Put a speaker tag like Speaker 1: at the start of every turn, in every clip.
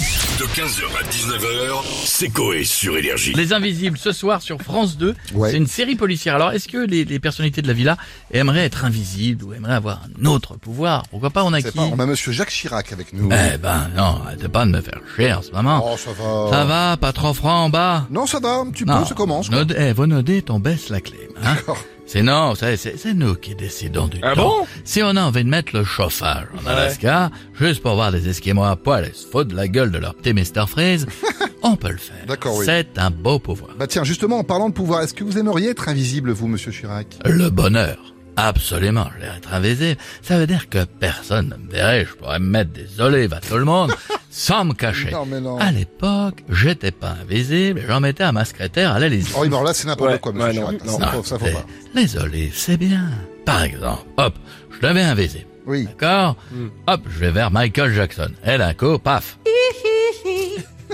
Speaker 1: De 15h à 19h, c'est Coé sur Énergie.
Speaker 2: Les Invisibles ce soir sur France 2.
Speaker 3: Ouais.
Speaker 2: C'est une série policière. Alors, est-ce que les, les personnalités de la villa aimeraient être invisibles ou aimeraient avoir un autre pouvoir Pourquoi pas On a
Speaker 3: C'est
Speaker 2: qui
Speaker 3: pas- on a Monsieur Jacques Chirac avec nous.
Speaker 2: Eh ben non, arrêtez pas de me faire chier en ce moment.
Speaker 3: Oh, ça va.
Speaker 2: Ça va, pas trop franc en bas
Speaker 3: Non, ça va, un petit
Speaker 2: Non.
Speaker 3: peu, ça commence. quoi.
Speaker 2: Nod- eh, vous nodez, on baisse la clé. Hein
Speaker 3: D'accord.
Speaker 2: c'est non, vous savez, c'est c'est nous qui décidons du temps. si on a envie de mettre le chauffage en Alaska, juste pour voir des Esquimaux à poil et se foutre de la gueule de leur petit Mr. Freeze, on peut le faire.
Speaker 3: D'accord, oui.
Speaker 2: C'est un beau pouvoir.
Speaker 3: Bah tiens, justement, en parlant de pouvoir, est-ce que vous aimeriez être invisible, vous, Monsieur Chirac
Speaker 2: Le bonheur. Absolument, je vais être invisible. Ça veut dire que personne ne me verrait, je pourrais me mettre des olives à tout le monde, sans me cacher.
Speaker 3: Non, mais non.
Speaker 2: À l'époque, j'étais pas invisible, j'en mettais à ma secrétaire à l'Élysée.
Speaker 3: Oh, oui, mais alors là, c'est n'importe
Speaker 4: Ouais,
Speaker 3: quoi, Monsieur
Speaker 4: ouais, non,
Speaker 3: Chirac.
Speaker 4: non.
Speaker 3: ça,
Speaker 2: Non,
Speaker 3: faut- ça faut
Speaker 2: mais
Speaker 3: pas.
Speaker 2: Les olives, c'est bien. Par exemple, hop, je deviens invisible.
Speaker 3: Oui.
Speaker 2: D'accord
Speaker 4: Hmm.
Speaker 2: Hop, je vais vers Michael Jackson. Et d'un coup, paf.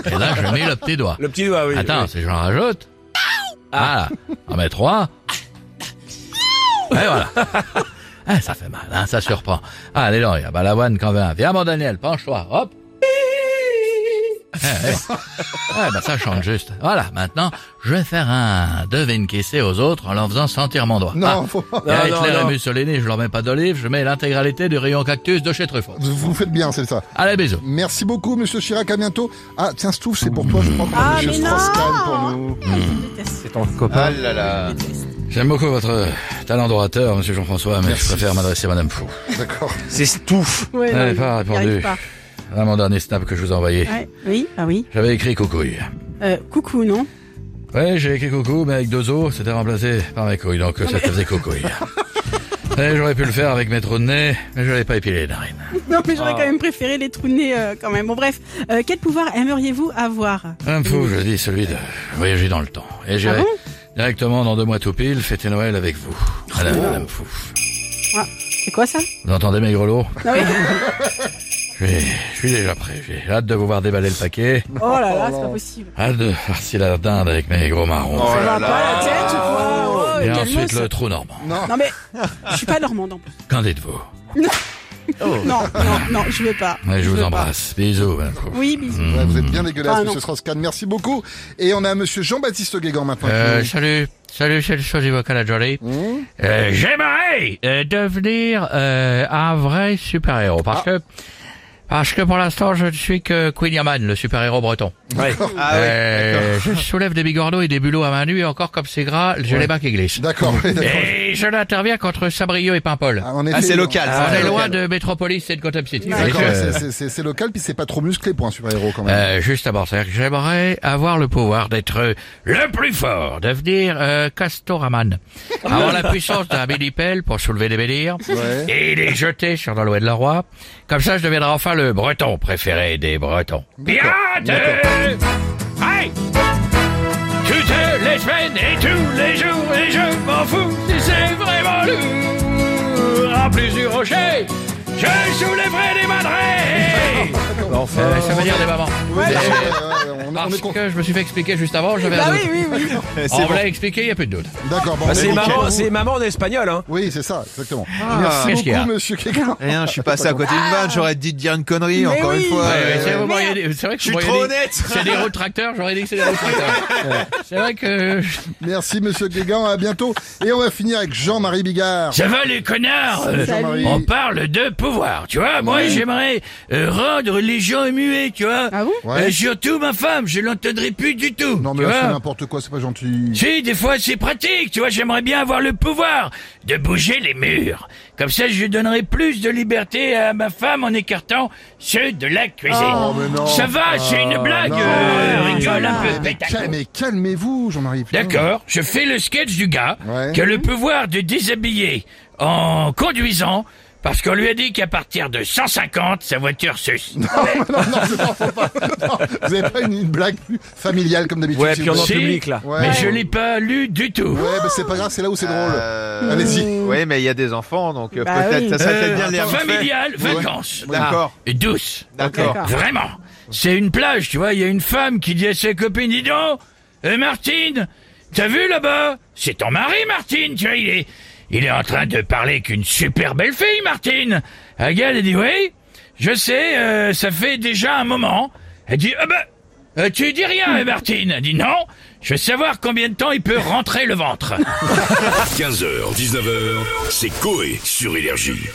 Speaker 2: Et là, je mets le petit doigt.
Speaker 4: Le petit doigt, oui.
Speaker 2: Attends, si j'en rajoute. Ah, on met trois. Et voilà. Ah, ça fait mal, hein, ça surprend. Ah, allez, là, il y a Balavoine quand même. Viens, mon Daniel, penche-toi. Hop. Eh, eh. Ah, ben, ça chante juste. Voilà, maintenant, je vais faire un devine qui c'est aux autres en leur faisant sentir mon doigt.
Speaker 3: Non,
Speaker 2: Ah.
Speaker 3: faut pas.
Speaker 2: Et avec
Speaker 4: non,
Speaker 2: les
Speaker 4: non.
Speaker 2: Mussolini, je leur mets pas d'olive, je mets l'intégralité du rayon cactus de chez Truffaut.
Speaker 3: Vous vous faites bien, c'est ça.
Speaker 2: Allez, bisous.
Speaker 3: Merci beaucoup, Monsieur Chirac. À bientôt. Ah, tiens, Stouff, c'est pour toi. Je crois qu'on a
Speaker 5: Ah,
Speaker 3: Monsieur
Speaker 5: mais non
Speaker 3: Strauss-Kahn pour nous.
Speaker 4: C'est ton copain.
Speaker 2: J'aime beaucoup votre euh, talent d'orateur, monsieur Jean-François, mais
Speaker 3: Merci.
Speaker 2: je préfère m'adresser à madame Fou.
Speaker 3: D'accord.
Speaker 4: C'est Stouff.
Speaker 5: Ouais,
Speaker 2: Elle
Speaker 5: non,
Speaker 2: n'avait pas
Speaker 5: il- il
Speaker 2: répondu.
Speaker 5: arrive pas.
Speaker 2: À mon dernier snap que je vous ai envoyé.
Speaker 5: Ouais, Oui, ah oui.
Speaker 2: J'avais écrit coucouille.
Speaker 5: Euh, coucou, non
Speaker 2: Ouais, j'ai écrit coucou, mais avec deux os, c'était remplacé par mes couilles, donc euh, ça faisait coucouille. Et j'aurais pu le faire avec mes trous de nez, mais je l'avais pas épilé les narines.
Speaker 5: Non, mais
Speaker 2: Ah.
Speaker 5: j'aurais quand même préféré les trous de nez euh, quand même. Bon, bref, Euh, quel pouvoir aimeriez-vous avoir
Speaker 2: Madame Fou, je dis celui de voyager dans le temps. Et j'irai
Speaker 5: Mm. Ah
Speaker 2: directement dans deux mois tout pile fêter Noël avec vous. Madame,
Speaker 5: Oh.
Speaker 2: madame Fou.
Speaker 5: Ah, C'est quoi ça
Speaker 2: Vous entendez mes grelots
Speaker 5: Ah oui.
Speaker 2: Je suis- je suis déjà prêt. J'ai hâte de vous voir déballer le paquet.
Speaker 5: Oh là là, c'est pas possible.
Speaker 2: Hâte de farcir la dinde avec mes gros marrons.
Speaker 5: Ça va pas la tête ou quoi Oh,
Speaker 2: Et
Speaker 5: calme-toi,
Speaker 2: ensuite
Speaker 5: ça.
Speaker 2: le trou normand.
Speaker 5: Non mais, je suis pas normande en plus.
Speaker 2: Qu'en dites-vous
Speaker 5: Non, non, non, je veux pas.
Speaker 2: Oh. Ouais, Je vous
Speaker 5: veux pas. Mmh.
Speaker 2: embrasse. Mm. Bisous, madame Fou.
Speaker 5: Oui, bisous.
Speaker 3: Ouais, vous êtes bien dégueulasse,
Speaker 5: Ah, non.
Speaker 3: Monsieur Strauss-Kahn. Merci beaucoup. Et on a Monsieur Jean-Baptiste Guégan maintenant.
Speaker 2: Euh,
Speaker 3: avec nous.
Speaker 2: salut. Salut, c'est le show du vocal à Jolie. Euh, J'aimerais euh, devenir euh, un vrai super-héros parce que parce que pour l'instant je ne suis que Queen Yaman, le super-héros breton.
Speaker 4: Ouais.
Speaker 2: Euh, je soulève des bigorneaux et des bulots à main nue et encore comme c'est gras, j'ai les mains qui glissent.
Speaker 3: D'accord. oui, d'accord.
Speaker 2: Et je l'interviens contre Sabrieux et Paimpol.
Speaker 3: Ah, en effet,
Speaker 4: c'est
Speaker 3: non.
Speaker 4: local,
Speaker 3: Ah,
Speaker 2: On est
Speaker 3: local.
Speaker 2: loin de Métropolis et de Gotham City.
Speaker 3: D'accord,
Speaker 2: Et je-
Speaker 3: c'est- c'est- c'est c'est local, puis c'est pas trop musclé pour un super-héros quand même.
Speaker 2: Euh, juste avant, c'est-à-dire que j'aimerais avoir le pouvoir d'être le plus fort, devenir euh, Castoraman, avoir la puissance d'un millipelle pour soulever des béliers
Speaker 3: Ouais.
Speaker 2: et les jeter sur l'Alouette de la Roi. Comme ça, je deviendrai enfin le breton préféré des bretons. Bien Hey Toutes les semaines et tous les jours, et je m'en fous si c'est vraiment lourd. En plus du rocher, je soulèverai des madrés Euh, Ça veut dire des mamans.
Speaker 3: Ouais, ouais, ouais, on- on
Speaker 2: Parce
Speaker 3: est con-
Speaker 2: que je me suis fait expliquer juste avant, j'avais
Speaker 5: Bah
Speaker 2: un
Speaker 5: oui,
Speaker 2: doute.
Speaker 5: oui, oui.
Speaker 2: On me l'a expliqué, il n'y a plus de doute.
Speaker 3: D'accord, bon,
Speaker 4: Bah, c'est
Speaker 3: ok.
Speaker 4: maman, c'est maman en espagnol, hein.
Speaker 3: Oui, c'est ça, exactement.
Speaker 5: Ah.
Speaker 6: Ah.
Speaker 2: Qu'est-ce
Speaker 3: Merci
Speaker 2: qu'il y a
Speaker 3: beaucoup, monsieur Guégan.
Speaker 6: Rien, je suis passé à côté d'une vanne, j'aurais dit de dire une connerie,
Speaker 5: Mais
Speaker 6: encore
Speaker 5: oui.
Speaker 6: une fois.
Speaker 5: Ouais,
Speaker 2: Ouais, ouais,
Speaker 6: Euh,
Speaker 2: c'est- vous
Speaker 5: ouais.
Speaker 2: m'auriez dit- c'est vrai que
Speaker 4: Je suis
Speaker 2: vous m'auriez
Speaker 4: trop
Speaker 2: dit-
Speaker 4: honnête.
Speaker 2: C'est des roues de tracteur, j'aurais dit que c'est des roues de tracteur. C'est vrai que...
Speaker 3: Merci, monsieur Guégan. À bientôt. Et on va finir avec Jean-Marie Bigard.
Speaker 2: Ça va les connards euh,
Speaker 3: Jean-Marie.
Speaker 2: On parle de pouvoir, tu vois. Moi, j'aimerais euh, rendre les gens muets, tu vois.
Speaker 5: Ah bon
Speaker 3: Ouais.
Speaker 2: Euh, surtout ma femme, je l'entendrai plus du tout.
Speaker 3: Non, mais
Speaker 2: Oh, tu
Speaker 3: là, c'est
Speaker 2: vois.
Speaker 3: n'importe quoi, c'est pas gentil.
Speaker 2: Si, des fois c'est pratique, tu vois, j'aimerais bien avoir le pouvoir de bouger les murs. Comme ça, je donnerai plus de liberté à ma femme en écartant ceux de la cuisine.
Speaker 3: Oh, mais non. Ah,
Speaker 2: Ça va, c'est une blague,
Speaker 3: non.
Speaker 2: euh, rigole un peu,
Speaker 3: Mais,
Speaker 2: pétaco.
Speaker 3: cal- mais calmez-vous, Jean-Marie. putain.
Speaker 2: D'accord, je fais le sketch du gars
Speaker 3: Ouais.
Speaker 2: qui a le pouvoir de déshabiller en conduisant parce qu'on lui a dit qu'à partir de 150, sa voiture suce.
Speaker 3: Non, non, non, faut pas. Non, vous n'avez pas une, une blague plus familiale comme d'habitude.
Speaker 4: Ouais,
Speaker 3: si
Speaker 4: puis
Speaker 3: vous
Speaker 4: on en
Speaker 3: voulez.
Speaker 2: Si.
Speaker 4: public, là.
Speaker 3: Ouais.
Speaker 2: Mais je l'ai pas lu du tout.
Speaker 3: Ouais, bah, c'est pas grave, c'est là où c'est drôle.
Speaker 6: euh,
Speaker 3: Allez-y.
Speaker 6: Oui, mais il y a des enfants, donc euh,
Speaker 5: Bah
Speaker 6: peut-être,
Speaker 5: oui.
Speaker 6: ça serait peut-être bien de les refaire.
Speaker 2: Familial, vacances.
Speaker 6: D'accord.
Speaker 2: Ah, et douce.
Speaker 6: D'accord.
Speaker 5: D'accord.
Speaker 2: Vraiment. C'est une plage, tu vois. Il y a une femme qui dit à ses copines, dis donc, euh, Martine, t'as vu là-bas C'est ton mari, Martine, tu vois, il est, il est en train de parler qu'une super belle fille, Martine. La gueule, elle dit, oui, je sais, euh, ça fait déjà un moment. Elle dit, ah ben, euh, tu dis
Speaker 6: Hmm.
Speaker 2: rien, Martine. Elle dit, non, je veux savoir combien de temps il peut rentrer le ventre.
Speaker 1: 15h, 19h, c'est Coé sur Énergie.